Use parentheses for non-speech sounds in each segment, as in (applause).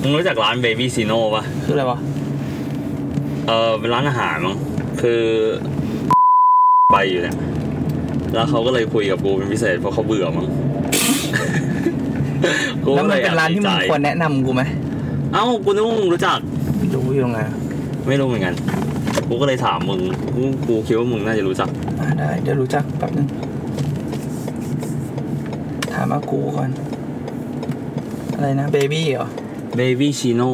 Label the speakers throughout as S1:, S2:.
S1: มึงรู้จักร้านเบบี้ซีโน่ปะ
S2: คืออะไรวะ
S1: เออเป็นร้านอาหารมั้งคือไปอยู่เนี่ย แล้วเขาก็เลยคุยกับกูเป็นพิเศษเพราะเขาเบื่อ
S2: (laughs)
S1: มั้งกู
S2: แล้ว
S1: ก็
S2: มัน
S1: ย
S2: เป็นร้านที่มึง
S1: ใจ
S2: ควรแนะนำกูไหม
S1: เอ้ากูนึกว่ามึงรู้จัก
S2: รู้อยู่ตรงไหนอะ
S1: ไม่รู้เหมือนกัน กูก็เลยถามมึง กูกูคิดว่ามึงน่าจะรู้จัก
S2: อ่ะได้เดี๋ยวรู้จักแป๊บนึงถามอากูก่อน อะไรนะเบบี้เหรอ
S1: เบบี้ชิโน่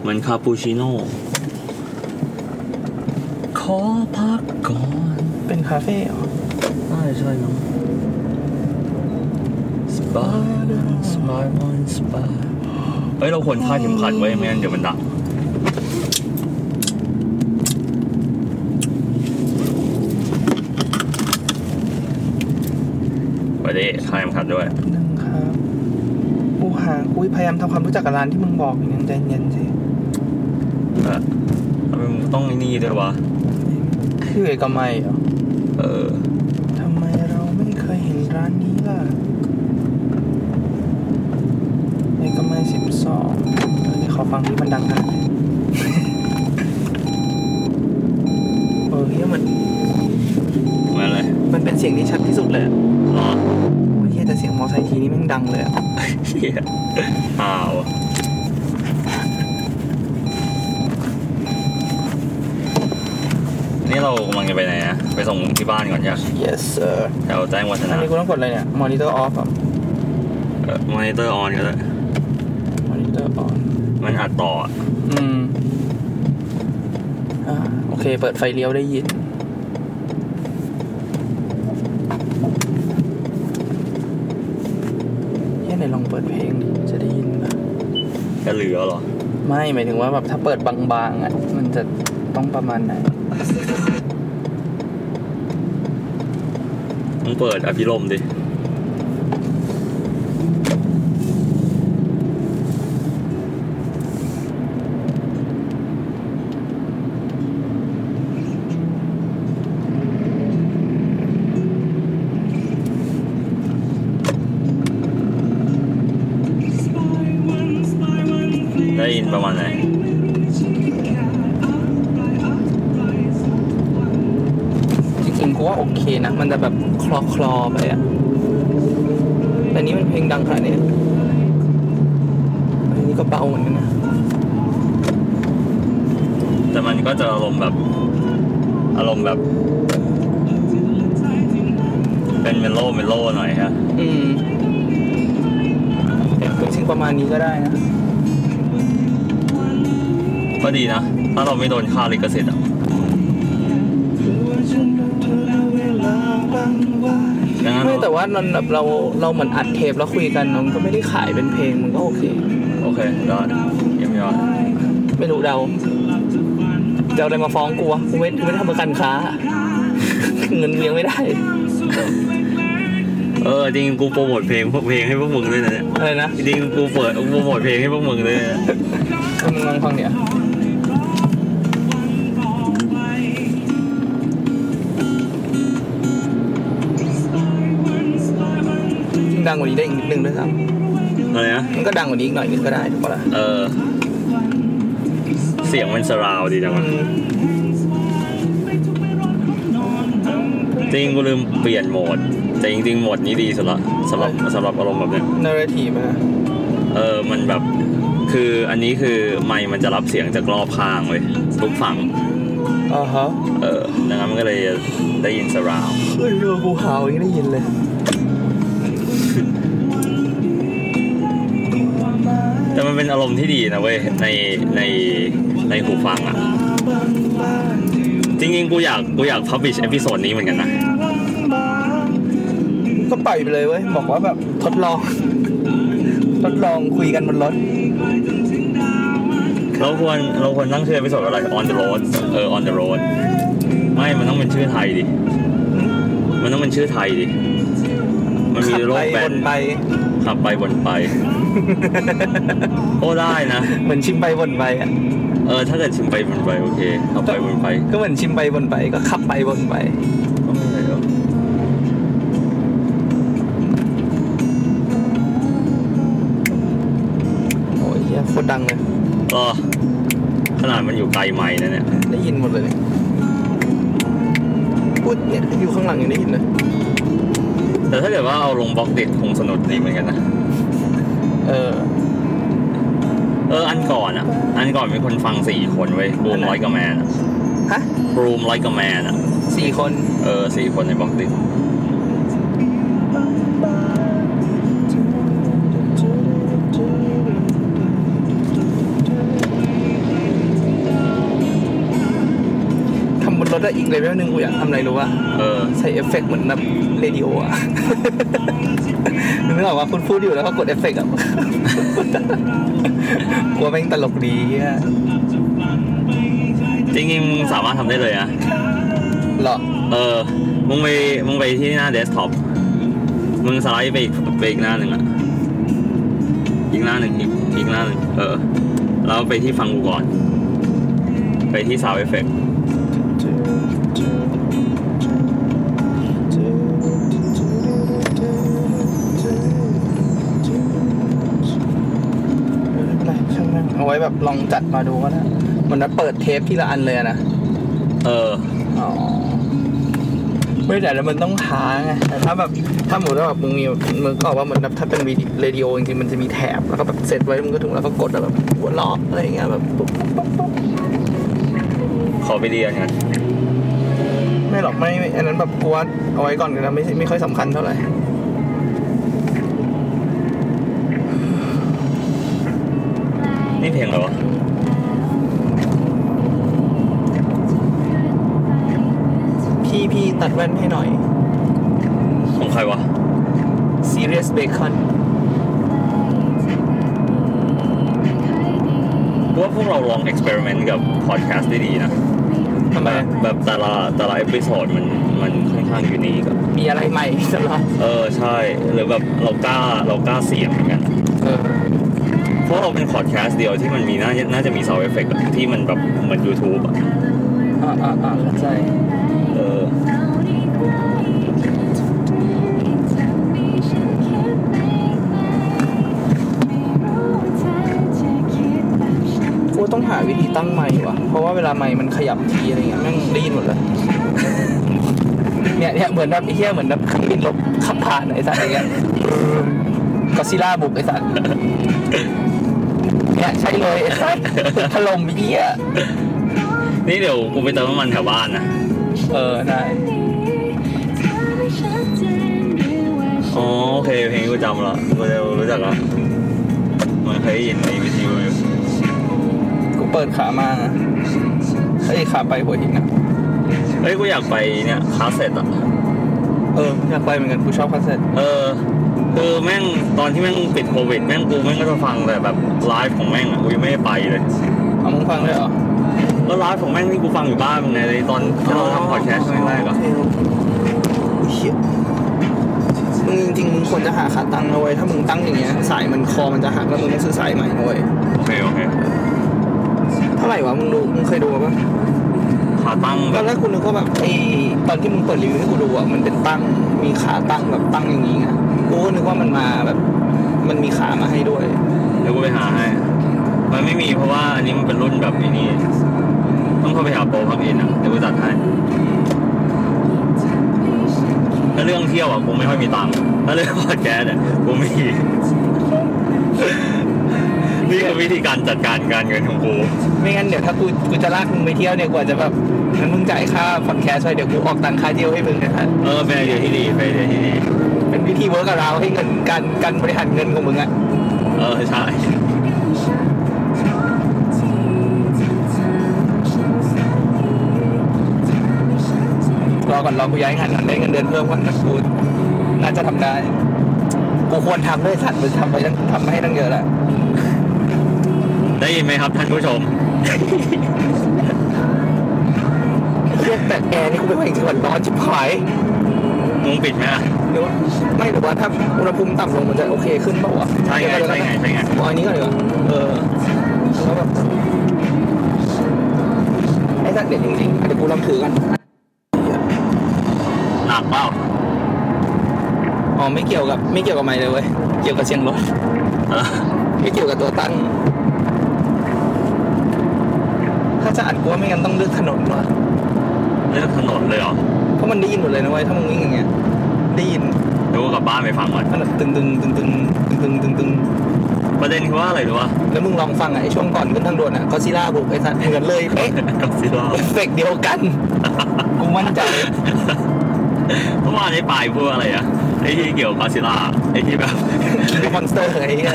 S1: เหมือนคาปูชิโน่ ขอพักก่อน
S2: เป็นคาเฟ่เหรอ
S1: น่าจะใช่มั้งสปาสปาบอนสปาเฮ้ย เราควรคาดเข็มขัดไว้ไม่งั้นเดี๋ยวมันดังไปดิคาดเข็มขัดด้วย
S2: นึงครับกูหากูพยายามทำความรู้จักกับร้านที่มึงบอกอยู่เนยใจเย็นสิ
S1: เออทำไมมึงต้องไอ้นี่ด้วยวะ
S2: คือเอกมัยเหรอ
S1: เออ
S2: ทำไมเราไม่เคยเห็นร้านนี้ล่ะเอกมัยสิบสองนี่ขอฟังที่มันดังขนาดไหน เออเฮียมัน
S1: มาเลย
S2: มันเป็นเสียงที่ชัดที่สุดเลยอะ
S1: รอ
S2: โอ้ยเฮียแต่เสียงมอไซค์ทีนี้แมันดังเลยอะ
S1: เชี่ยอ้าว นี่เรากำลังจะไปไหนนะไปส่งที่บ้านก่อนจ้ะ
S2: เยส sir
S1: แถวแจ้งวัฒ
S2: อั
S1: นะ
S2: นนี้กูต้องกดอะไรเนี่ย มอนิเตอร์ออฟอ่ะ
S1: มอนิเตอร์ออนก็ได้
S2: มอนิเตอร์ออฟ
S1: มันอัดต่ออะ
S2: อืม อ่า โอเค เปิดไฟเลี้ยวได้ยิน แค่ไหนลองเปิดเพลงดิจะได้ยินปะ
S1: จะเหลือเหรอ
S2: ไม่ หมายถึงว่าแบบถ้าเปิดบางๆอ่ะ มันจะต้องประมาณไหน
S1: มึงเปิดอภิรมย์ดิ ได้ยินประมาณไหน
S2: จริงๆกูว่าโอเคนะ มันจะแบบคลอคลอๆไปอ่ะ แต่นี้มันเพลงดังขนาดนี้อันนี้ก็เบาเหมือนกันนะ
S1: แต่มันก็จะอารมณ์แบบ อารมณ์แบบ เป็นเมโลเมโลหน่อยฮะ
S2: อืมเปิดเสียงประมาณนี้ก็ได้นะ
S1: ก็ดีนะ ถ้าเราไม่โดนค่าลิขสิทธิ์อะดังนั้น
S2: ไม่แต่ว่ามันแบบเราเราเหมือนอัดเทปแล้วคุยกันมันก็ไม่ได้ขายเป็นเพลงมันก็โอเค
S1: โอเค ได้เยี่ยมยอด
S2: ไม่รู้เดาจะเอาอะไรมาฟ้องกูวะกูไม่กูไม่ได้ทำประกันค้า เงินเลี้ยงไม่ได้
S1: เออ จริงกูโปรโมทเพลงพวกเพลงให้พวกมึงด้วยนะเนี่ย
S2: อะไรนะ
S1: จริงกูเปิดกูโปรโมทเพลงให้พวกมึงด้วยนะ
S2: มึงลองฟังเนี่ยจริงดังกว่านี้ได้อีกนิดนึงด้วยซ้
S1: อะไรนะ
S2: ำมันก็ดังกว่านี้อีกหน่อยนึงก็ได้ถูกปะล่ะ
S1: เออ เสียงมันสราวดีจังวะ
S2: อืม
S1: จริงกูลืมเปลี่ยนโหมด แต่จริงๆโหมดนี้ดีสุดละสำหรับสำหรับอารมณ์แบบเนี้ย
S2: นาร์ทีฟนะ
S1: เออ มันแบบ คืออันนี้คือไมค์มันจะรับเสียงจากรอบข้างเว้ยทุกฝั่ง
S2: อ่าฮะ
S1: เออดังนั้นมันก็เลยได้ยินสราว
S2: เฮ้ยเรือกูหาวยังได้ยินเลย
S1: แต่มันเป็นอารมณ์ที่ดีนะเว้ย ใน ใน ในหูฟังอะ่ะ จริงๆ กูอยาก กูอยากพับบิชเอพิโซดนี้เหมือนกันนะ
S2: ก็ปล่อยไปเลยเว้ย บอกว่าแบบทดลอง ทดลองคุยกันบนรถ
S1: เราควร เราควรตั้งชื่อเอพิโซดอะไร on the road เออ on the road ไม่ มันต้องเป็นชื่อไทยดิ มันต้องเป็นชื่อไทยดิ มันมี
S2: ขับ
S1: โล
S2: ไป
S1: กแบ
S2: วนนไป
S1: ขับไปวน
S2: (laughs)
S1: ไป โอ้ได้นะ
S2: เหมือนชิมไปวนไปอ่ะ
S1: เออ ถ้าเกิดชิมไปวนไปโอเคขับไปวนไป
S2: ก็เหมือนชิมไปวนไป ก็ขับไปวนไป
S1: ก็ไม่เลยหรอก
S2: โอ้ยเหี้ยโคตร
S1: รอขนาดมันอยู่ไกลไม้นะเนี่ย
S2: ได้ยินหมดเลยเนี่ยพูดเนี่ยอยู่ข้างหลังยังได้ยินเลย
S1: แต่ถ้าเกิดว่าเอาลงบล็อกติดคงสนุกดีเหมือนกันนะ
S2: เออ
S1: เออ อันก่อนอ่ะ อันก่อนมีคนฟังสี่คนเว้ยบรูมไลท์กับแมน
S2: ฮะ
S1: บรูมไลท์กับแมนอ่ะ
S2: สี่คน
S1: เออสี่คนในบล็อกติด
S2: ทำบนรถได้อีกเลเวลหนึ่งกูอยากทำอะไรรู้ป่ะ
S1: เออ
S2: ใส่เอฟเฟกต์เหมือนแบบเรดิโออะ (laughs) นึกออกว่าคุณพูดอยู่แล้วก็กดเอฟเฟกต์อะ (laughs) กลัวแม่งตลกดีอะ
S1: จริงๆมึงสามารถทำได้เลยนะ
S2: หรอ
S1: เออ มึงไป มึงไปที่หน้าเดสก์ท็อป มึงสไลด์ไปอีกไปอีกหน้าหนึ่งอ่ะ อีกหน้าหนึ่งอีกอีกหน้าหนึ่งเออ เราไปที่ฟังกูก่อน ไปที่สาวเอฟเฟก
S2: เอาไว้แบบลองจัดมาดูก็ได้เหมือนแบบเปิดเทปทีละอันเลยอะนะ
S1: เออ
S2: อ๋อไม่แต่แล้วมันต้องท้าไงแต่ถ้าแบบถ้าหมดว่าแบบมึงมีมึงก็บอกว่าเหมือนแบบถ้าเป็นวิดีเรดิโอจริงๆมันจะมีแถบแล้วก็แบบเซตไว้มึงก็ถึงแล้วก็กดแล้วแบบหัวล็อกอะไรอย่างเงี้ยแบบปุ๊บปุ๊บปุ๊บปุ๊บ
S1: ขอไปเรียนกัน
S2: ไม่หรอกไม่ไม่อันนั้นแบบกลัวเอาไว้ก่อนกันนะไม่ไม่ค่อยสำคัญเท่าไหร่
S1: นี่เพลงอะไรวะ
S2: พี่พี่ตัดแว่นให้หน่อย
S1: ของใครวะ
S2: serious bacon
S1: กูว่าพวกเราลองเอ็กซ์เพร์เมนต์กับพอดแคสต์ได้ดีนะ
S2: ทำไม
S1: แบบแบบแต่ละแต่ละเอพิโซดมันมันค่อนข้างยูนิคอะ
S2: มีอะไรใหม่ตลอด
S1: เออ ใช่ หรือแบบเรากล้าเรากล้าเสี่ยงเหมือนกัน
S2: เออ
S1: เพราะเราเป็นพอดแคสต์เดียวที่มันมีน่าน่าจะมีซาวเอฟเฟกต์ที่มันแบบเหมือน YouTube อะ
S2: อ่าอ่าอ่าเข้าใจ
S1: เออ
S2: กูต้องหาวิธีตั้งใหม่ว่ะเพราะว่าเวลาใหม่มันขยับทีอะไรเงี้ยแม่งได้ยินหมดเลย เนี่ยเนี่ยเหมือนแบบไอ้เหี้ยเหมือนแบบเครื่องบินลบขับผ่านไอ้สัตว์อะไรเงี้ยก็ซิล่าบุกไอ้สัตว์เนี่ยใช่เลย (laughs) ไอ้สัตว์ตึกถล่มไอ้เหี้ย
S1: นี่เดี๋ยวกูไปเติมน้ำมันแถวบ้านนะ
S2: เออได้
S1: อ๋อโอเคเพลงนี้กูจำละกูจะรู้จักละมันเคยได้ยินในวิทยุอยู่
S2: กูเปิดขามาเฮ้ยขาไปหัวหินนะ
S1: เฮ้ยกูอยากไปเนี่ยคาสเซ็ตอะ
S2: เอออยากไปเหมือนกันกูชอบคอนเสิร์ต
S1: เออคือแม่งตอนที่แม่งปิดโควิดแม่งกูแม่งก็จะฟังแต่แบบไลฟ์ของแม่งอะกูยังไม่ได้ไปเลย
S2: เอามึงฟังเลยเหรอ
S1: แล้วไลฟ์ของแม่งที่กูฟังอยู่บ้านมึงไงเลยตอนที่เราทำพอดแคสต์ช่วงแรกๆอะ
S2: โอเคมึงจริงๆมึงควรจะหาขาตั้งเอาไว้ถ้ามึงตั้งอย่างเงี้ยสายมันคอมันจะหักแล้วมึงต้องซื้อสายใหม่เอาไว้
S1: โอเคโอเค
S2: เท่าไหร่วะมึงรู้มึงเคยดูปะ
S1: ขาตั้ง
S2: ต
S1: แบ
S2: อน
S1: บ
S2: แรกกูนึกว่าแบบไอ้ตอนที่มึงเปิดรีวิวให้กูดูอ่ะมันเป็นตั้งมีขาตั้งแบบตั้งอย่างนี้ไงกูก็นึกว่ามันมาแบบ มันมีขามาให้ด้วย
S1: เดี๋ยวกูไปหาให้ มันไม่มีเพราะว่าอันนี้มันเป็นรุ่นแบบไอ้นี่ต้องเข้าไปหาโปรพักอินอะเดี๋ยวกูจัดให้ ถ้าเรื่องเที่ยวอ่ะกูไม่ค่อยมีตังค์ถ้าเรื่องพอดแคสต์เนี่ยกูมี นี่คือวิธีการจัดการการเงินของกู
S2: ไม่งั้นเดี๋ยวถ้ากูกูจะลากมึงไปเที่ยวเนี่ยกว่าจะแบบงั้นมึงจ่ายค่าพอดแคสต์ไปเดี๋ยวกูออกตังค่าเที่ยวให้มึงนะครับ
S1: เออเป็นไอเดียที่ดีเป็นไอเดียที่ดี
S2: เป็นวิธีเวิร์กกับเราให้เงินการการบริหารเงินของมึงอ่ะ
S1: เออใช่
S2: รอก่อนรอกูย้ายงานก่อนได้เงินเดือนเพิ่มก่อนนะกูน่าจะทำได้กูควรทำด้วยสัตว์มึงทำไปตั้งทำให้ตั้งเยอะแล้ว
S1: ได้ยินไหมครับท่านผู้ชม
S2: เรียกแต่แกนี่กูเป็นคนจังหวัดร้อนชิบหาย
S1: มึงปิดไหมล่ะ
S2: หรือว่าไม่หรือว่าถ้าอุณหภูมิต่ำลงมันจะโอเคขึ้นเปล่าวะ
S1: ใช่ไงใช่ไงใช่ไง
S2: เอาอันนี้ก่อนดีกว่าเออแล้วแบบไอ้สัตว์เด็ดจริงๆเดี๋ยวกูลองถือกัน
S1: หนักเปล่า
S2: อ๋อไม่เกี่ยวกับไม่เกี่ยวกับไม้เลยเว้ยเกี่ยวกับเสียงรถ
S1: เออ
S2: ไม่เกี่ยวกับตัวตั้ง น่าจะอัดกูว่าไม่งั้นต้องเลือกถนนว่ะ
S1: เลือกถนนเลยเหรอ
S2: เพราะมันได้ยินหมดเลยนะเว้ยถ้ามึงวิ่งอย่างเงี้ยได้ยิน
S1: เดี๋ยวกูกลับบ้านไปฟังก่อน
S2: มันแบบตึงตึงตึงตึงตึงตึงตึงตึง
S1: ประเด็นคือว่าอะไรรู้ป่ะ (laughs)
S2: แล้วมึงลองฟังอ่ะไอ้ช่วงก่อนขึ้นทางด่วนอ่ะก็ซิล่าบุกไอ้สัตว์เหมือนเลยเป๊ะ
S1: กับซิลา
S2: เอฟเฟกต์เดียวกันกูมั่นใจ
S1: เมื่อวานไอ้ปายพูดอะไรอะไอ้ที่เกี่ยวกับซิลาไอ้ที่แบบ
S2: ไอ้มอนสเตอร์ไอ้เหี้ย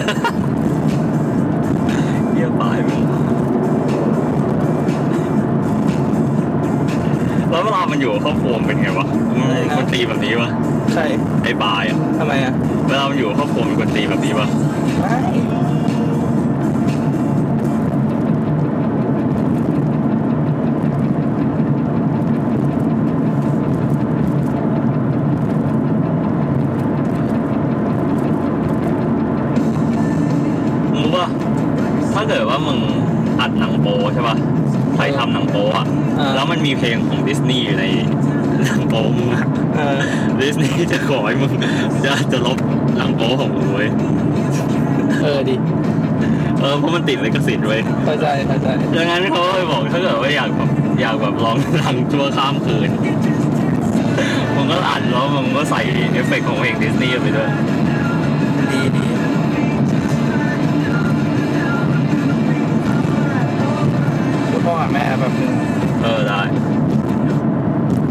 S1: เยี่ยปลายมึงแล้วเวลามันอยู่กับครอบครัวมันเป็นไงวะมันเป็นคนตีแบบนี้วะ
S2: ใช่
S1: ไอ้ปลายอะ
S2: ทำไมอ่ะ
S1: เวลามันอยู่กับครอบครัวมันคนตีแบบนี้วะ
S2: ไม่
S1: มึงรู้ป่ะถ้าเกิดว่ามึงอัดหนังโปใช่ป่ะใครทำหนังโปอะแล้วมันมีเพลงของดิสนีย์อยู่ในหนังโปมึงอะ (laughs)
S2: เออ
S1: ดิสนีย์จะขอให้มึง (laughs) จะจะลบหนังโปของมึงเว้ย
S2: เออดิ
S1: เออเพราะมันติดลิขสิทธิ์เว้ย
S2: เข้าใจเข้าใจ
S1: ดังนั้นเขาเลยบอกถ้าเกิดว่าอยากแบบอยากแบบร้องดังชั่วข้ามคืนมันก็อัดแล้วมันก็ใส่เอฟเฟกต์ของเพลงดิสนีย์ไปด้วย
S2: ดีดีคุณพ่อหาแม่แบบนึง
S1: เออได้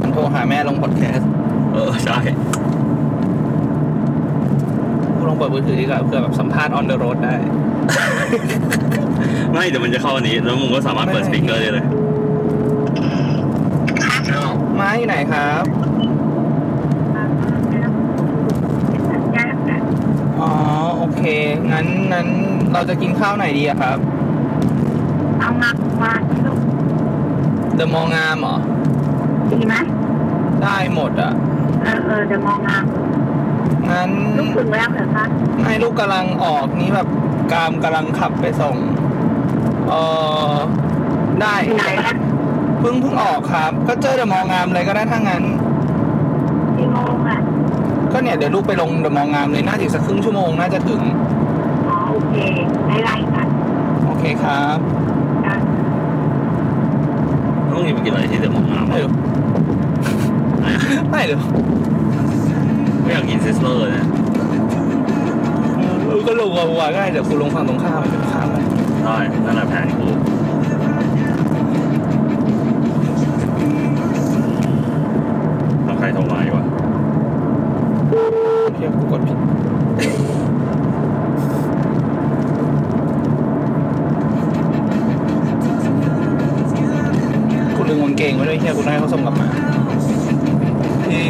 S2: มันโทรหาแม่ลงพอดแคสต์
S1: เออใช่
S2: กูลองเปิดมือถือดีกว่าเพื่อแบบสัมภาษณ์ออนเดอะโรดได้
S1: ไม่เดี๋ยวมันจะเข้าอันนี้ แล้วมึงก็สามารถเปิดสปีกเกอร์ได้เลย
S2: ไม้อยู่ไหนครับ อ๋อ โอเค งั้นงั้นเราจะกินข้าวไหนดีอะครับ
S3: เอามาวางที่ลูก
S2: เดอะมองงามเหรอ
S3: ดีไหม
S2: ได้หมดอ่ะ
S3: เออเออเดี๋ยวมองงาม
S2: งั้น
S3: ลูกถึงแล้วเหรอคะ
S2: ไม่ลูกกำลังออกนี่แบบกามกำลังขับไปส่ง เออได้
S3: ไหนละ
S2: เพิ่งเพิ่งออกครับ ก็เจอเดอะมองงามเลยก็ได้ถ้างั้น
S3: กี่โมงอ่ะ
S2: ก็เนี่ยเดี๋ยวลูกไปลงเดอะมองงามเลยน่าจะอีกสักครึ่งชั่วโมงน่าจะถึง
S3: อ๋อโอเคไม่ไรค่ะ
S2: โอเคครับ
S1: ต้องมีไปกินอะไรที่เดี๋ยวมองงาม
S2: ไม่
S1: วะ
S2: หรอ (laughs) ไม่หรอ
S1: ไม่อยากกินซิสเลอร์นะ
S2: เออก็ (laughs) ลงเอาไว้ก็ได้เดี๋ยวกูลงฝั่งตรงข้ามไปตรงข้ามไป
S1: ได้นั่นแหละแผนกูแล้วใครโทรมาอีกวะ
S2: เที่ยกูกดผิดกูลืมกางเกงไว้ด้วยเฮียกูน่าให้เขาส่งกลับมาที่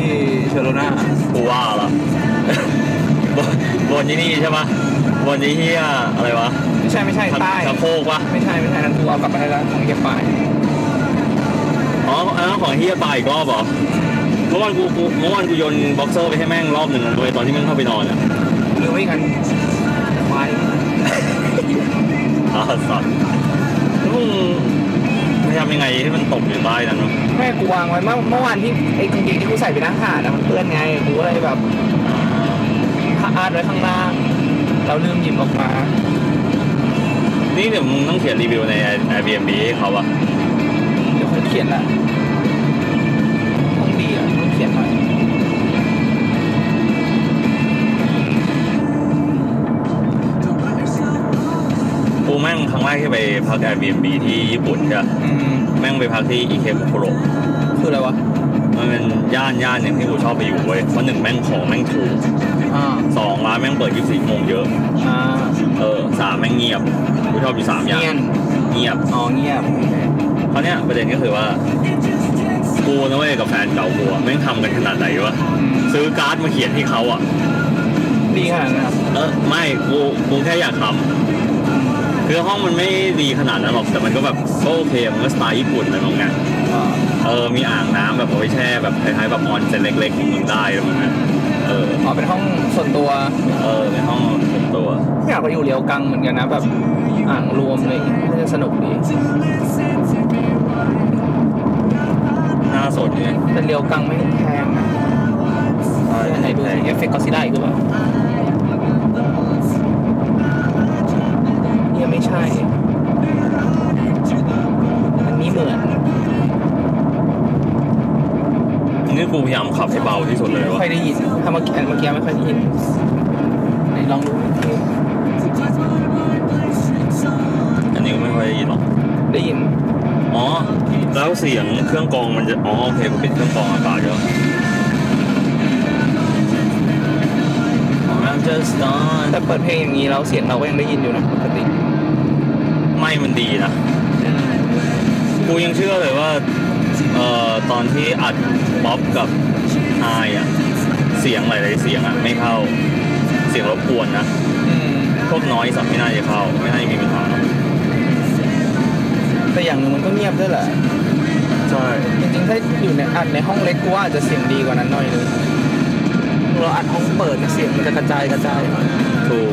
S2: เชโรนา
S1: กูว่าละ (laughs) บนบนที่นี่ใช่ปะบนที่เฮียอะไรวะ
S2: ไม่ใช่ไม่ใช่ใต้
S1: สะโพกวะ
S2: ไม่ใช่ไม่ใช่นั่นกูเอากลับมาให้แล้วของเก็บไป
S1: อ๋ออันนั้นของเฮียตายอีกรอบเหรอ เมื่อวานกูกูเมื่อวานกูโยนบ็อกเซอร์ไปให้แม่งรอบหนึ่งนะเว้ยตอนที่แม่งเข้าไปนอนอ่ะ
S2: ลืมไว้อีกอันไว้
S1: อ่าสัตว์แล้วมึงพยายามยังไงให้มันตกอยู่ใต้นั้นวะ
S2: แม่กูวางไว้เมื่อเมื่อวานที่ไอ้กางเกงที่กูใส่ไปนั่งขาดอะมันเปื้อนไงกูก็เลยแบบอาดไว้ข้างล่างเราลืมหยิบออกมา
S1: นี่เดี๋ยวมึงต้องเขียนรีวิวใน Airbnb ให้เขาอะ
S2: เดี๋ยวคงเขียนละคงดีอ่ะต้องเขียนหน่อย
S1: กูแม่งครั้งแรกที่ไปพัก Airbnb ที่ญี่ปุ่นจ้ะ
S2: อืม
S1: แม่งไปพักที่อิเคบุคุโร
S2: คืออะไรวะ
S1: มันเป็นย่านย่านหนึ่งที่กูชอบไปอยู่เว้ยเพราะหนึ่งแม่งของแม่งถูก
S2: อ่า
S1: สองร้านแม่งเปิด 24ชั่วโมงเยอะ
S2: อ่า
S1: เออสามแม่งเงียบกูชอบอยู่สามอย่า
S2: เงีย
S1: ง
S2: น
S1: เงียบ
S2: อ๋อเงียบโอเค
S1: คราวเนี้ยประเด็นก็คือว่ากูนะเว้ยกับแฟนเก่ากูอะแม่งทำกันขนาดไหนวะ
S2: อืม
S1: ซื้อการ์ดมาเขียนให้เขาอ่ะ
S2: ดีขนาดนั้นอะ
S1: เออไม่กูกูแค่อยากทำคือห้องมันไม่ดีขนาดนั้นหรอกแต่มันก็แบบก็โอเคมันก็สไตล์ญี่ปุ่นนะน้องไง
S2: อ่า
S1: เออมีอ่างน้ำแบบเอาไว้แช่แบบคล้ายๆแบบออนเซ็นเล็กๆของมึงได้ตรงนั้นเออ
S2: อ๋อเป็นห้องส่วนตัว
S1: เออในห้องส่วนตัว
S2: อยากไปอยู่เรียวกังเหมือนกันนะแบบอ่างรวมอะไรอย่างเงี้ยน่าจะสนุกดี
S1: น่าสนเนี่ย
S2: แต่เรียวกังไม่แพงนะไหนดูสิเอฟเฟกต์กอซิล่าอีกหรือเปล่าเนี่ยไม่ใช่ อันนี้
S1: กูพยายามขับให้เบาที่สุดเลย
S2: ไม่
S1: ว่า
S2: ค่อยได้ยินถ้าเมื่อกี้เมื่อกี้ไม่ค่อยได้ยินไหนลองดู
S1: อันนี้ก็ไม่ค่อยได้ยินหรอก
S2: ได้ยิน
S1: อ๋อ แล้วเสียงเครื่องกรองมันจะ อ๋อ โอเคมันเป็นเครื่องกรองอากาศเยอะ I'm just done
S2: แต่เปิดเพลงอย่างนี้แล้วเสียงเราก็ยังได้ยินอยู่นะปกติ
S1: ไม่มันดีนะ กูยังเชื่อเลยว่า เอ่อ ตอนที่อัดป๊อปกับไฮอ่ะ เสียงหลายๆเสียงอ่ะ ไม่เข้า เสียงรบกวนนะ
S2: อืม
S1: พวกน้อยสับไม่น่าจะเข้า ไม่น่าจะมีปัญหา
S2: แต่อย่างหนึงมันก็เงียบด้วยแหละ
S1: ใช่
S2: จริงๆ ถ้าอยู่ในอัดในห้องเล็กกูว่าอาจจะเสียงดีกว่านั้นหน่อยนึงเราอัดห้องเปิดนะเสียงมันจะกระจายกระจายหน่อย
S1: ถูก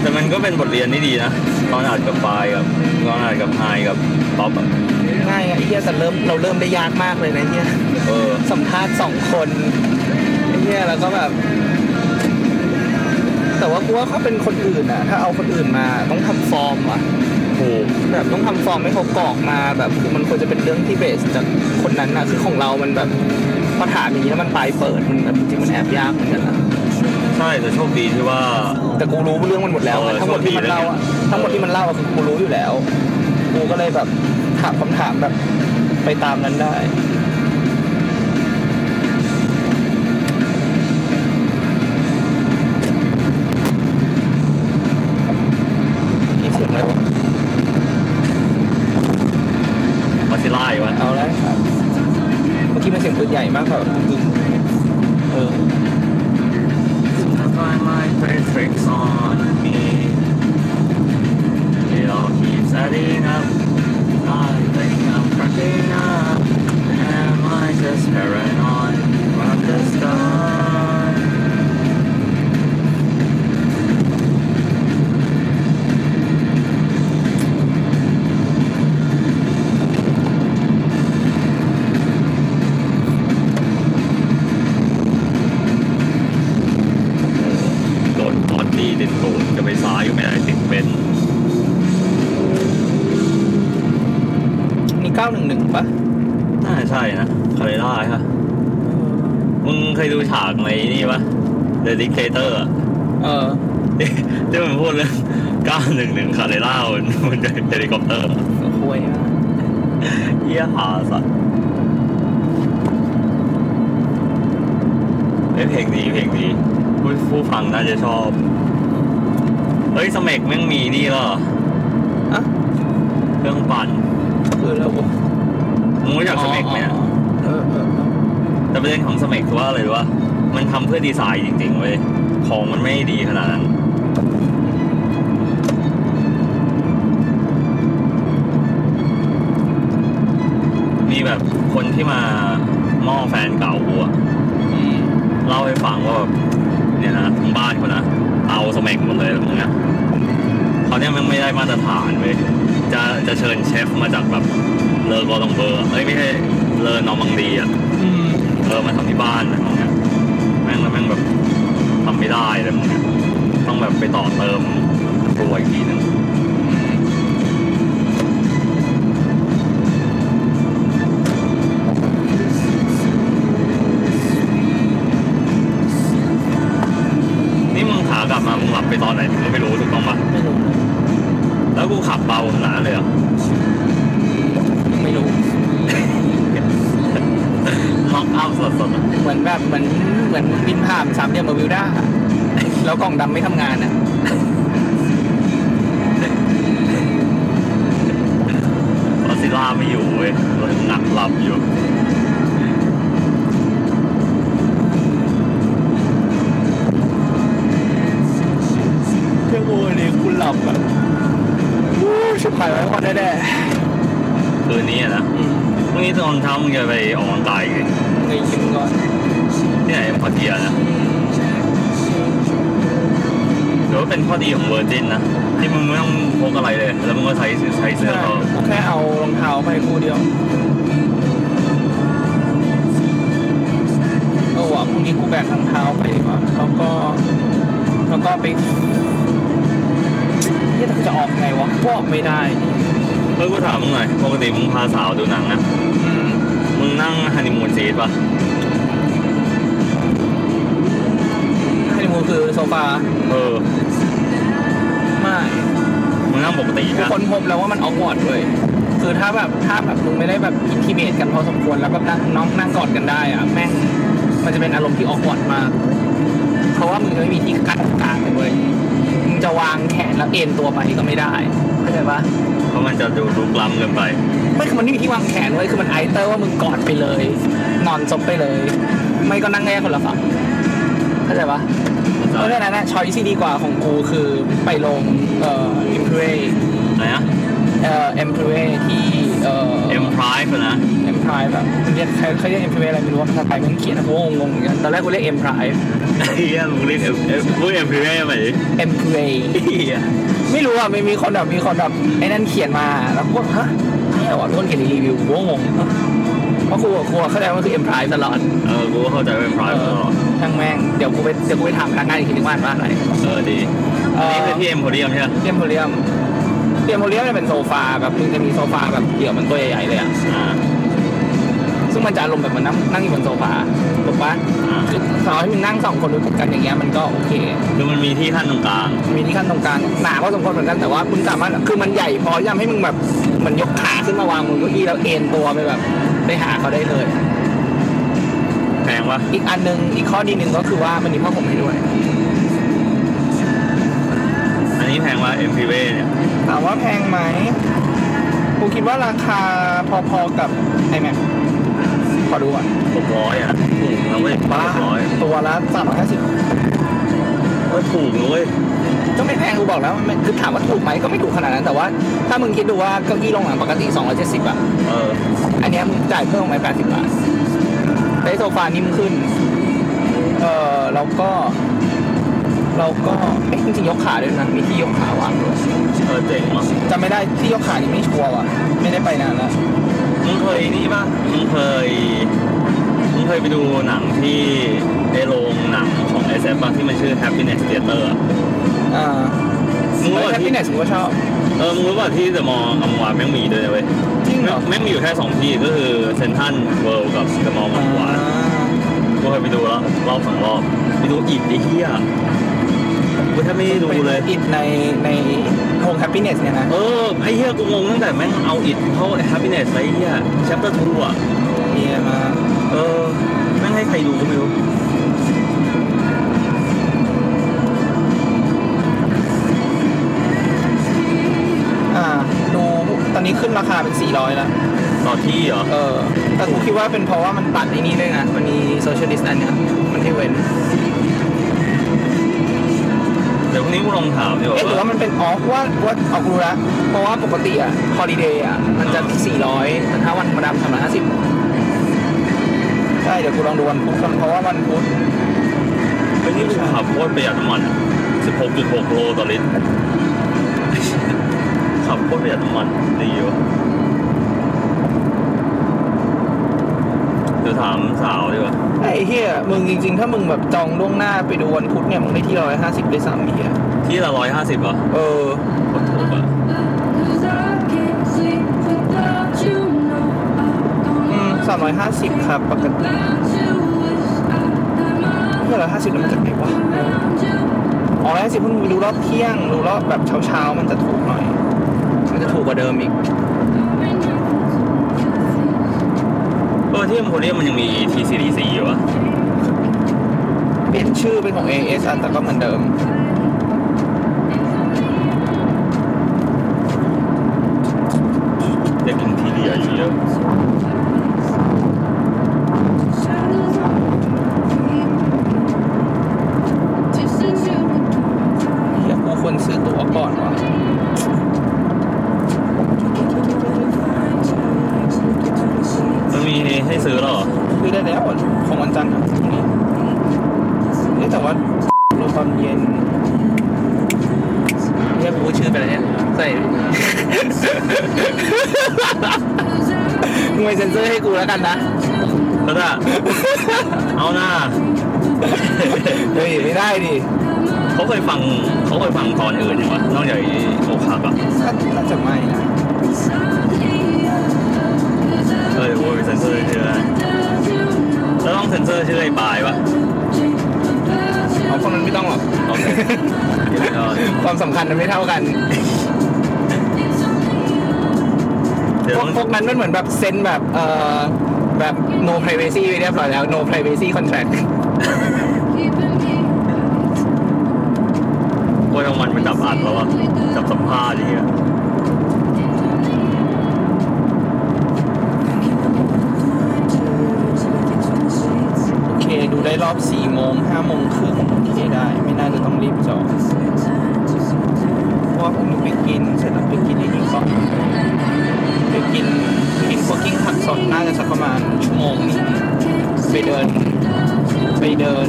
S1: แต่มันก็เป็นบทเรียนที่ดีนะ ตอนอัดกับไฟล์กับตอนอัดกับไฮกับป๊อปอะ
S2: ง่ายไงไอ้เหี้ยแต่เริ่มเราเริ่มได้ยากมากเลยนะเหี้ย
S1: เออ
S2: สัมภาษณ์สองคนไอ้เหี้ยแล้วก็แบบ แต่ว่ากูว่าเขาเป็นคนอื่นอะถ้าเอาคนอื่นมาต้องทำฟอร์มอะ
S1: ถูก
S2: แบบต้องทำฟอร์มให้เขากรอกมาแบบคือมันควรจะเป็นเรื่องที่เบสจากคนนั้นอะคือของเรามันแบบพอถามอย่างนี้แล้วมันปลายเปิดมันแบบจริงๆมันแอบยากเหมือนกันนะ
S1: ใช่แต่โชคดีที่ว่า
S2: แต่กูรู้เรื่องมันหมดแล้วไง
S1: เออ
S2: ทั้งหมดที่
S1: โชคดี
S2: มันเล่าอะ
S1: นะเนี่ย
S2: ทั้งหมดที่มันเล่าอะคือกูรู้อยู่แล้ว กูก็เลยแบบถามคำถามแบบไปตามนั้นได้ มีเสียงอะไรวะ
S1: มาซิล่าอยู่วะ
S2: เอาแล้วครับเมื่อกี้มันเสียงปืนใหญ่มากแบบกึ้งๆเออ
S1: โดนตอนนี้ติดโกนจะไปซ้ายก็ไม่ได้ติดเป็น
S2: นี่เก้าหนึ่งหนึ่งปะ
S1: น่าใช่นะคาเรล่าค่ะ มึงเคยดูฉากในนี่ปะ The Dictator อะ
S2: เออ
S1: ที่มันพูดเรื่อง911คาเรล่ามันมันจะเฮลิคอปเตอร์
S2: เออคุยอะ
S1: เยี่ยหาสัตว์เอ้ยเพลงดีเพลงดีผู้ผู้ฟังน่าจะชอบ เฮ้ยสเมักแม่งมีนี่เหรอ
S2: อะ
S1: เครื่องปั่น
S2: คือเราบอก
S1: มึงรู้จักสเมักไหมอะ
S2: เออเออเออ
S1: แต่ประเด็นของสเมักคือว่าอะไรรู้วะมันทำเพื่อดีไซน์จริงๆเว้ย ของมันไม่ดีขนาดนั้น มีแบบคนที่มาหม้อแฟนเก่ากูอะ
S2: อืม
S1: เล่าให้ฟังว่าแบบเนี่ยนะทั้งบ้านคนนะเอาสมักหมดเลยแล้วมึงนะเขาวเนี่ยมันไม่ได้มาตรฐานเว้ยจะจะเชิญเชฟมาจากแบบเลอกอตองเบอร์อะเอ้ยไม่ใช่เลอนอร์มังดีอ่ะ
S2: อืม
S1: เออมาทำที่บ้านนะมึงเนี่ยแม่งแล้วแม่งแบบทำไม่ได้เลยมึงเนี่ยต้องแบบไปต่อเติมตัวอีกทีนึงนี่มึงขากลับมามึงหลับไปตอนไหนมึงก็ไม่รู้ถูกต้องปะ
S2: ไม่รู้เลย
S1: แล้วกูขับเบาขนาดนั้นเลยเหรอ่ะ
S2: ไม่รู้
S1: ล็อกอัพสดๆอะ
S2: เหมือนแบบเหมือนเหมือนบินผ่านสามเหลี่ยมเบอร์มิวด้าอะแล้วกล่องดำไม่ทำงานอ่ะ
S1: รถซิล่าไม่อยู่เว้ยรถหนักหลับอยู่
S2: เรื่องโอ้ยนี่คุณหลับอ่ะวู้ชิบหายไว้ก่อนแน่
S1: คืนนี้อะนะ
S2: ๆอืม
S1: พรุ่งนี้ตอนเช้ามึงจะไปออกกำลังกายอีกดิ
S2: ไงกินก่อน
S1: ที่ไหนพัทยานะหรือว่าเป็นข้อดีของเวอร์จินนะ ที่มึงไม่ต้องพกอะไรเลย แล้วมึงก็ใส่ใส่เสื้อเขา
S2: กูแค่เอารองเท้าไปคู่เดียวเออว่ะพรุ่งนี้กูแบกรองเท้าไปดีกว่าแล้วก็ แล้วก็ไปเฮ้ยแต่กูจะออกไงวะกูออกไม่ได้
S1: เออกูถามมึงหน่อยปกติมึงพาสาวดูหนังนะ
S2: อืม
S1: มึง มึงนั่งฮันนีมูนซีทป่ะ
S2: ฮันนีมูนคือโซฟา
S1: เออ
S2: ไม่
S1: มึงนั่งปกติ
S2: ทุก
S1: นะ
S2: คนพบแล้วว่ามันออกวอร์ดเลยคือถ้าแบบถ้าแบบมึงไม่ได้แบบอินทิเมตกันพอสมควรแล้วแบบนั่งน้องนั่งกอดกันได้อะแม่งมันจะเป็นอารมณ์ที่ออกวอร์ดมาก เพราะว่ามึงจะไม่มีที่กั้นกลางเลยเว้ยมึงจะวางแขนแล้วเอ็นตัวไปก็ไม่ได้เข้าใจปะ
S1: เพราะมันจะดูลุกล้ำเกินไป
S2: ไม่คือมันไม่มีที่วางแขนไว้ยคือมันไอเตอร์ว่ามึงกอดไปเลย นอนจบไปเลย ไม่ก็นั่งแยกคนละฝั่งเข้าใจปะเพราะฉะนั้นนะช้อยที่ดีกว่าของกูคือไปลงเอ่อเอ็มพ e
S1: อะไรนะ
S2: เอ่อเอ็มพ e ที่เอ่อ
S1: เอ็มพรายนะ
S2: เอ็มพายแบบเรียกใครเขาเรียกเอ็มพ e อะไรไม่รู้ว่าภาษาไทยมันเขียนนะกูก็งงๆเหมือนกันตอนแรกกูเรียกเอ็มพ e าย
S1: ไอ้เหี้ยมึงเรียกเอ็มเอ็มพูดเอ็มพรีเมียมไปดิ
S2: เอ็มพ e
S1: ไอ้เหี้ย
S2: ไม่รู้อ่ะไม่มีคนแบบมีคนแบบไอ้นั่นเขียนมาแล้วกูก็ฮะเนี่ยว่ะมีคนเขียนในรีวิวกูก็งงเพราะกูกับกูอะเข้าใจว่ามันคือเอ็มพายตลอด
S1: เออ กูก็เข้าใจว่าเอ็มพรายตลอด
S2: ช่างแม่ง เดี๋ยวกูไปเดี๋ยวกูไปถามพนักงานอีกทีนึงว่าอ่านว่าอะไร
S1: เออ ดีนี่คือที่เอ็มโพเดียมใช่ไหม
S2: เตียมโพเลียมเตียมโพเลียมเนี่ยเป็นโซฟาแบบมึงจะมีโซฟาแบบเดี่ยวมันตัวใหญ่ๆเลยอ่ะ
S1: อ่า
S2: ซึ่งมันจะอารมณ์แบบเหมันนั่งนั่งอยู่บนโซฟาถูกปะ
S1: อ่า
S2: คือสำหรับให้มึงนั่งสองคนด้วยกันอย่างเงี้ยมันก็โอเค
S1: คือมันมีที่ขั้นตรงกลาง
S2: มีที่ขั้นตรงกลางหนาพอสมควรเหมือนกันแต่ว่ามึงสามารถคือมันใหญ่พอยังให้มึงแบบเหมันยกขาขึ้นมาวางบนเก้าอี้แล้วเอนตัวไปแบบไปหาเขาได้เลย
S1: แพงวะ
S2: อีกอันนึงอีกข้อดีหนึ่งก็คือว่ามันมีผ้าห่มให้ด้วย
S1: อันนี้แพงวะเอ็มพีเวเนี่ย
S2: ถามว่าแพงไหมกูคิดว่าราคาพอๆกับ iMac ขอดูอ่ะ
S1: หกร้อยอ่ะถูกนะเว้ย
S2: บ้า
S1: หกร้อย
S2: ตัวละสามร้อยห้าสิบ
S1: ก็ถูกนะเว้ย
S2: ก็ไม่แพงกูบอกแล้วมันคือถามว่าถูกไหมก็ไม่ถูกขนาดนั้นแต่ว่า ถ้ามึงคิดดูว่าเก้าอี้โรงหนังปกติ 270อ่ะ
S1: เออ
S2: อันเนี้ยมึงจ่ายเพิ่มไป80บาทได้โซฟานิ่มขึ้น เออแล้วก็ เราก็เอ้ยจริงๆยกขาด้วยนะมีที่ยกขาวางด้วย
S1: เออเจ๋งว่ะ
S2: จำไม่ได้ที่ยกขานี่ไม่ชัวร์ว่ะ ไม่ได้ไปนานแล้ว
S1: มึงเคยนี่ป่ะมึงเคยมึงเคยไปดูหนังที่ในโรงหนังของ SF ป่ะที่มันชื่อ Happiness Theater อ่ะ
S2: อ่า
S1: มึงรู้
S2: แล้ว
S1: ป่ะ
S2: แฮป
S1: ที่
S2: ปี้เนสกูก็ชอบ
S1: เออมึงรู้ป่ะที่เดอะมอลล์อัมวาแม่งมีด้วยนะเว้ย
S2: จริงเหรอ
S1: แม่งมีอยู่แค่สองที่ก็คือเซนทันเวิลด์กับสมอลล์มังหวานกูเคยไปดูแล้วรอบสองรอบไปดูอีกไอ้เหี้ยกูแทบไม่ได้ดูเลย
S2: อิดในในโฮมแฮปปี้เนสเนี่ยนะ
S1: เออไอ้เหี้ยกูงงตั้งแต่แม่งเอาอิดเข้า happiness ไอ้เหี้ย chapter 2อ่ะ
S2: มีอะไรมา
S1: เออแม่งให้ใครดูก็ไม่รู้
S2: อ่าดูตอนนี้ขึ้นราคาเป็น 400 แล้ว
S1: ต่อที่เหรอ
S2: เออ แต่กูคิดว่าเป็นเพราะว่ามันตัดไอ้นี่ด้วยนะมันมีโซเชียลดิสแตนเนี่ยมันให้เว้น
S1: เดี๋ยวพรุ่งนี้กูลองถามดีกว่า
S2: เอ๊ะหรือว่า
S1: ว่า
S2: มันเป็นออฟว่าว่าออกรู้ละเพราะว่าปกติอะฮอลิเดย์อะมันจะ 400แต่ถ้าวันธรรมดาสามร้อยห้าสิบใช่ เดี๋ยวกูลองดูวันพุธก่อนเพราะว่าวันพุธ
S1: เฮ้ยนี่กูขับโคตรประหยัดน้ำมันอะ16.6โลต่อลิตร (laughs) ขับโคตรประหยัดน้ำมันดีวะเดี๋ยวถามสาวดีกว่า
S2: ไอ้เฮียมึงจริงๆ ถ้ามึงแบบจองล่วงหน้าไปดูวันพุธเนี่ยมึงได้ที่150ด้วยซ้ำเฮีย
S1: ที่ละร้อยห้าสิบอ่ะ
S2: เออ
S1: โคตรถูกอ่ะ
S4: Cause I can't sleep without you, no, I don't
S2: อืม
S4: want
S2: สามร้อยห้าสิบครับปกติ
S4: without you, wish I had my
S2: เมื่อร้อยห้าสิบมันจากไหนวะ
S4: around you.
S2: อ๋อร้อยห้าสิบเพิ่งรู้รอบเที่ยง รู้รอบแบบเช้าๆ มันจะถูกหน่อย มันจะถูกกว่าเดิมอีก
S4: I'm in love
S1: เออที่มโพเดียมมันยังมี TCDC อยู่อ่ะ
S2: เปลี่ยนชื่อเป็นของ AS อันแต่ก็เหมือนเดิม
S1: เด็กอินทีเรียอยู่เยอะ
S4: Shadows on me. Just as you were
S2: เดี๋ยวกูควรซื้อตั๋วก่อนวะ
S1: มันมีให้ซื้อเหรอ
S2: คือได้แล้วอะของวันจันทร์ถึงพรุ่งนี้เอ๊ะแต่ว่าลงตอนเย็นเรียกกูชื่อไปแล้วเนี่ย ใส่ มึงไปเซ็นเซอร์ให้กูแล้วกันนะ
S1: ก็ได้ เอาหน้า
S2: เฮ้ยไม่ได้ดิ
S1: เขาเคยฟังเขาเคยฟังตอนอื่นอย่างวะนอกจากไอ้โอคาบอะ
S2: น่าจะไม่นะ
S1: เอ
S4: Cause I'm
S1: อเดี๋ยวกูไปเซ็นเซอร์ชื่ออะไรแล้วต้องเซ็นเซอร์ชื่อไอ้ปลายวะ
S2: เอาคนนั้นไม่ต้องหรอก
S1: โอเคเดี๋ยวเรา
S2: ความสำคัญมันไม่เท่ากัน
S1: เดี๋ยว
S2: พว
S1: ต้อ
S2: ก
S1: ง
S2: พวกนั้นมันเหมือนแบบเซ็นแบบเอ่อแบบ no privacy ไปเรียบร้อยแล้ว no privacy contract
S1: โอ้ยทั้งวันมันจับอัดแล้วอะจับสัมภาษณ์อย่างเงี้ย
S2: โอเค ดูได้รอบ4โมง5โมงครึ่งโอเคได้ ไม่น่าจะต้องรีบจองเพราะว่าผมไปกิน เสร็จแล้วไปกินอีกก็ไปกินกินพวกกิ้งผักสดน่าจะสักประมาณชั่วโมงหนึงไปเดิน ไปเดิน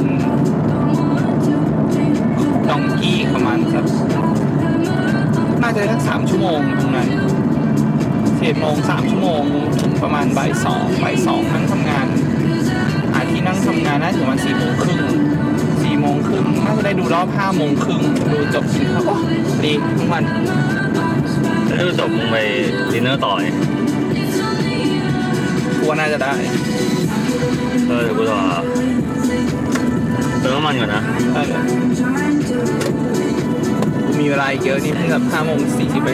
S2: ดองกี้ประมาณสักน่าจะได้สักสามชั่วโมงตรงนั้นเจ็ดโมงสามชั่วโมงถึงประมาณบ่ายสองบ่ายสองนั่งทำงาน อาที่นั่งทำงานน่าจะประมาณสี่โมงครึ่งสี่โมงครึ่งน่าจะได้ดูรอบห้าโมงครึ่งดูจบกินข้าวโอ้ดีทั้งวัน
S1: แล้วจบมึงไปดินเนอร์ต่อไง
S2: กลัวน่าจะได้
S1: เออเดี๋ยวกูจะเติมน้ำมันก่อนนะ
S2: เออกูมีเวลาอีกเยอะนี่เพิ่งแบบห้าโมงสี่สิบไป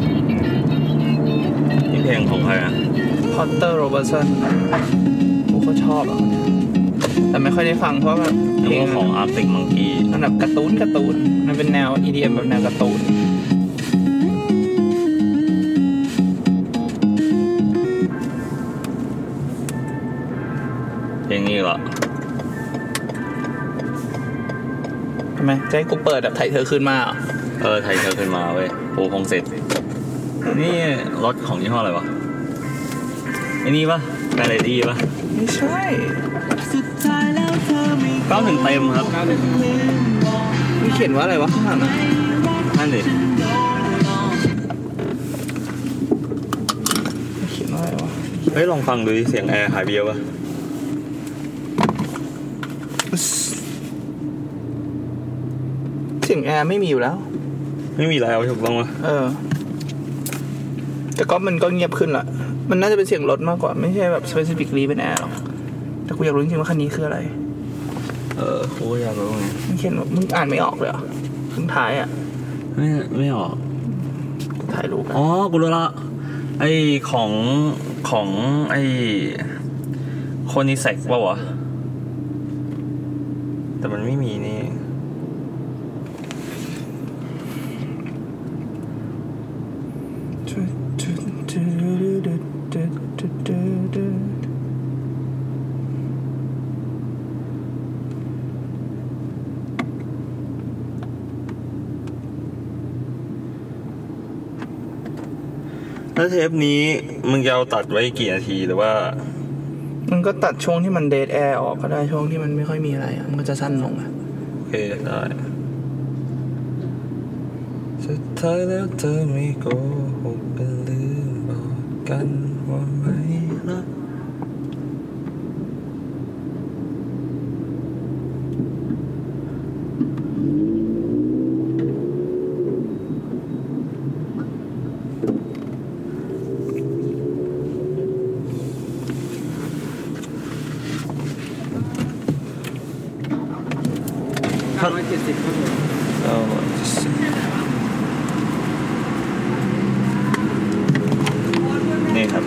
S1: นี่เพลงของใครอะ
S2: พอตเตอร์โรเบอร์สันกูก็ชอบอ่ะแต่ไม่ค่อยได้ฟังเพราะแบบ
S1: นึกว่าของอาร์ติกมังกี้
S2: มันแบบการ์ตูนการ์ตูนมันเป็นแนว EDM แบบแนวการ์ตูน
S1: เพลงนี้เหรอ
S2: ทำไมจะให้กูเปิดแบบไทยเธอขึ้นมาเหรอ
S1: เออไทยเธอขึ้นมาเว้ยปูพงเสร็จนี่รถของยี่ห้ออะไรวะไอ้นี่ปะแมเลดี้ปะ
S2: ไม่ใช่
S1: เก้าถึงเต็มครับ
S2: มันเขียนว่าอะไรวะข้างหลังอะ
S1: นั่นดิ
S2: มันเขียนว่าอะไรวะ
S1: เฮ้ย ลองฟังดูดิเสียงแอร์หายเบียวปะ
S2: เสียงแอร์ไม่มีอยู่แล้ว
S1: ไม่มีแล้วถูกต้องปะ
S2: เออ แต่ก็มันก็เงียบขึ้นละมันน่าจะเป็นเสียงรถมากกว่า ไม่ใช่แบบ specifically เป็นแอร์หรอก แต่กูอยากรู้จริงๆว่าคันนี้คืออะไร
S1: เออโอ้ยอยากรู้ไง
S2: มันเขียนว่ามึงอ่านไม่ออกเลยเหรอถึงท้ายอ่ะ
S1: ไม่ไม่ออก
S2: กูถ่ายรูปอะ
S1: อ๋อ กูรู้ละ ไอของของไอคนนิเซ็กป่าวะ แต่มันไม่มีนี่ แล้วเทปนี้มึงจะเอาตัดไว้กี่นาทีหรือว่า
S2: มันก็ตัดช่วงที่มันเดทแอร์ออกก็ได้ช่วงที่มันไม่ค่อยมีอะไรอะมันก็จะสั้นลงอ่ะ
S1: โอเค ได้สุดท้ายแล้วเธอไม่โกหกเป็นลืมบอกกันว่าไม่รักเรานี่ครับ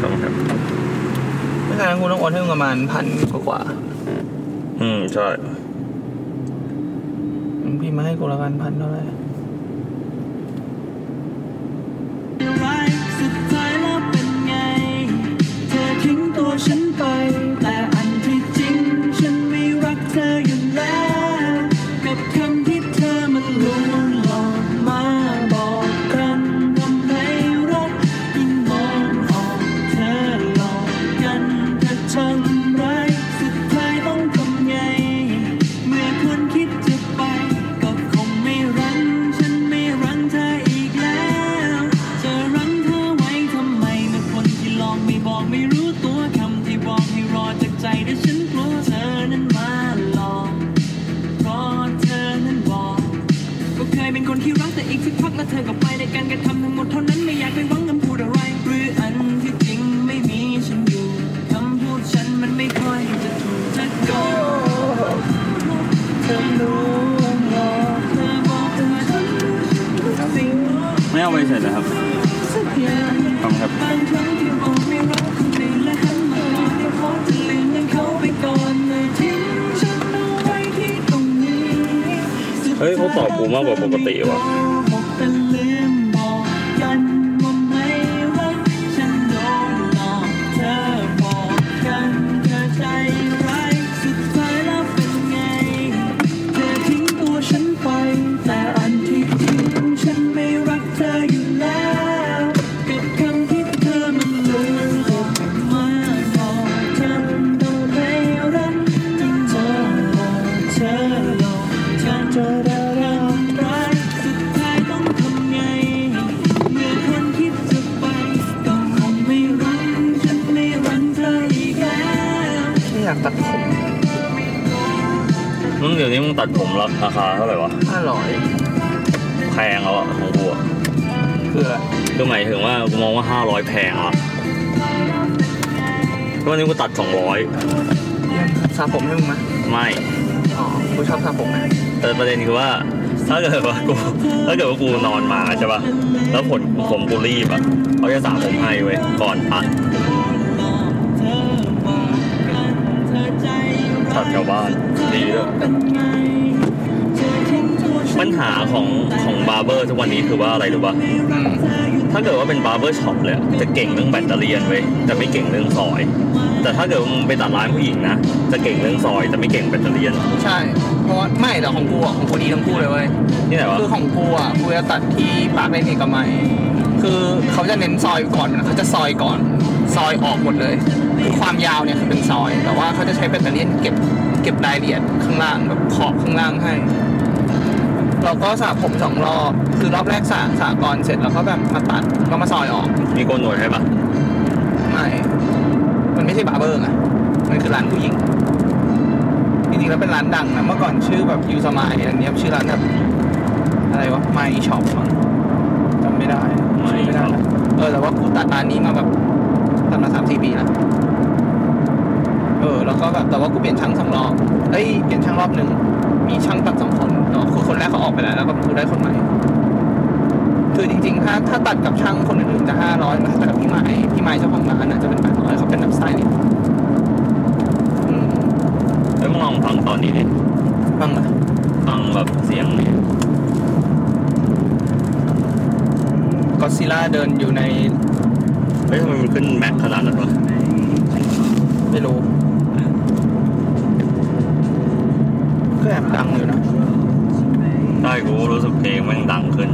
S1: ขอบคุณครับ
S2: ไม่ใช่กูต้องโอนให้มึงประมาณพันกว่าๆ
S1: อืม ใช่
S2: มึงพี่มาให้กูละกันพันเท่าไหร่
S5: สุดท้ายแล้วเป็นไง เธอทิ้งตัวฉันไป แต่อันที่จริง ฉันไม่รักเธออยู่แล้ว กับคำที่เธอมันลวงหลอกมาบอกกันทำให้รักยิ่งมองออกเธอหลอกกันเธอทำร้ายสุดท้ายต้องทำไง เมื่อควรคิดจะไป ก็คงไม่รั้ง ฉันไม่รั้งเธออีกแล้ว จะรั้งเธอ
S1: ร็จแล้วครับ
S5: สักอย่าง
S1: ขอบคุณครับ
S5: บางครั้งที่มองไม่รักคนดีและหันมามองที่เขาจะลืมยังเขาไปก่อนเลยทิ้งฉันเอาไว้ที่ตรงนี้สุดท้
S1: เฮ้ยเขาตอบกูมากกว่าปกติว่ะ
S5: บอกแต่ลืมบอกกันว่าไม่รักฉันโดนหลอกเธอบอกกันเธอใจร้ายสุดท้ายแล้วเป็นไง เธอทิ้งตัวฉันไป แต่อันที่จริงฉันไม่รักเธออยู่แล้วกับคำที่เธอมันลวงบอกมาบอกจำต้องให้รักจนเธอหลอกเธอหลอกฉันจะได้รับรักสุดท้ายต้องทำไง เมื่อคนคิดจะไปก็คงไม่รักฉันไม่รักเธออีกแล้ว
S2: ไม่อยากตัดผม
S1: มึงเดี๋ยวนี้มึงตัดผมรับราคาเท่าไหร่วะ
S2: ห้าร้อย
S1: แพงแล้วอะของกูอะ
S2: คืออะไร
S1: คือหมายถึงว่ากูมองว่า 500 แพงอะก็วันนี้กูตัด 200
S2: สระผมให้มึงไหม
S1: ไม่
S2: อ๋อกูชอบสระผมนะ
S1: แต่ประเด็นคือว่า ถ้าเกิดว่ากูถ้าเกิดว่ากูนอนมาใช่ป่ะ แล้วผลผมกูรีบอะเขาจะสระผมให้เว้ยก่อนตัดตัดชาวบ้านดีด้วยปัญหาของของบาร์เบอร์ทุกวันนี้คือว่าอะไรรู้ป่ะ
S2: อืม
S1: ถ้าเกิดว่าเป็นบาร์เบอร์ช็อปเลยอะจะเก่งเรื่องแบตเตอรี่เว้ยจะไม่เก่งเรื่องซอย แต่ถ้าเกิดว่ามึงไปตัดร้านผู้หญิงนะ จะเก่งเรื่องซอยแต่ไม่เก่งแบตเตอรี่
S2: ใช่ เพราะว่าไม่แต่ของกูอ่ะของกูดีทั้งคู่เลยเว้ย
S1: นี่ไหนวะ
S2: คือของกูอ่ะกูจะตัดที่ปากเล็กเอกมัยคือเขาจะเน้นซอยก่อนนะเขาจะซอยก่อน ซอยออกหมดเลย คือความยาวเนี่ยคือเป็นซอย แต่ว่าเขาจะใช้แบตเตอรี่เก็บเก็บรายละเอียดข้างล่างแบบขอบข้างล่างให้ เราก็สระผมสองรอบ คือรอบแรกสระสระก่อนเสร็จแล้วก็แบบมาตัดก็มาซอยออก
S1: มีโกนหนวดให้ปะ
S2: ไม่ มันไม่ใช่บาร์เบอร์ไงมันคือร้านผู้หญิง จริงๆแล้วเป็นร้านดังนะ เมื่อก่อนชื่อแบบยูสมายอะไรเนี้ยชื่อร้านแบบอะไรวะไมช็อปจำไม่ได้ชื่อไม่ได้ละเออแต่ว่ากูตัดร้านนี้มาแบบตัดมาสามสี่ปีแล้วเออ แล้วก็แบบแต่ว่ากูเปลี่ยนช่างสองรอบเอ้ยเปลี่ยนช่างรอบหนึ่งมีช่างตัดสองคนอ๋อคือคนแรกเขาออกไปแล้วแล้วก็กูได้คนใหม่คือจริงๆถ้าถ้าตัดกับช่างคนอื่นๆจะห้าร้อยถ้าตัดกับพี่ไม้พี่ไม้เจ้าของร้านน่ะจะเป็นแปดร้อยเขาเป็นนักไซส์อืม
S1: เฮ้ยมึงลองฟังตอนนี้ดิ
S2: บ้างไหม
S1: ฟังแบบเสียงดิ
S2: ก็อดซิลล่าเดินอยู่ใน
S1: เฮ้ยทำไมมันขึ้นแม็กขนาดนั้นวะ
S2: ไม่รู้ก็แอบดังอยู่นะ
S1: ใช่กูรู้สึกเพลงแม่งดังขึ้น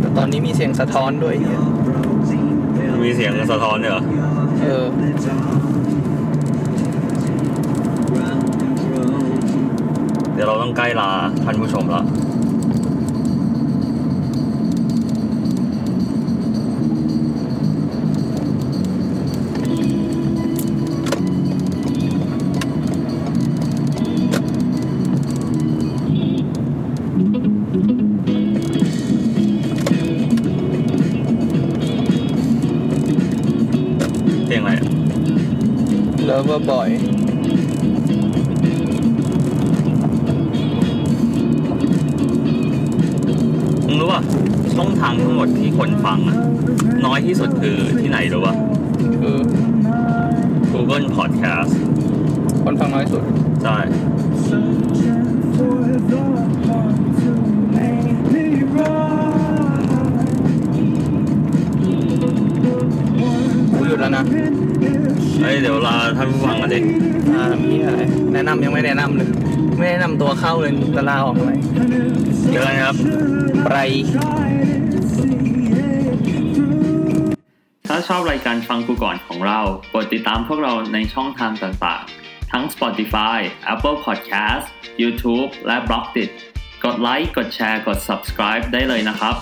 S2: แต่ตอนนี้มีเสียงสะท้อนด้วยเหี้ย
S1: มีเสียงสะท้อนด้วยเหรอ
S2: เออ
S1: เดี๋ยวเราต้องใกล้ลาท่านผู้ชมละเพลงอะไรอะ
S2: Lover Boy
S1: มึงรู้ป่ะช่องทางทั้งหมดที่คนฟังอะน้อยที่สุดคือที่ไหนรู้ป่ะ
S2: คือ
S1: Google Podcast
S2: คนฟังน้อยสุด
S1: ใช่
S2: กูหยุดแล้วนะ
S1: เฮ้ย เดี๋ยวลาท่านผู้ฟังกันดิ
S2: อ่ามีอะไร แนะนำยังไม่แนะนำเลย ไม่แนะนำตัวเข้าเลยตะลาออกเลย
S1: เจอกันครับ
S2: ไร
S1: ถ้าชอบรายการฟังกูก่อนของเรา กดติดตามพวกเราในช่องทางต่างๆ ทั้ง Spotify, Apple Podcast, YouTube และ b l o g d i t กดไลค์ กดแชร์ กด subscribe ได้เลยนะครับ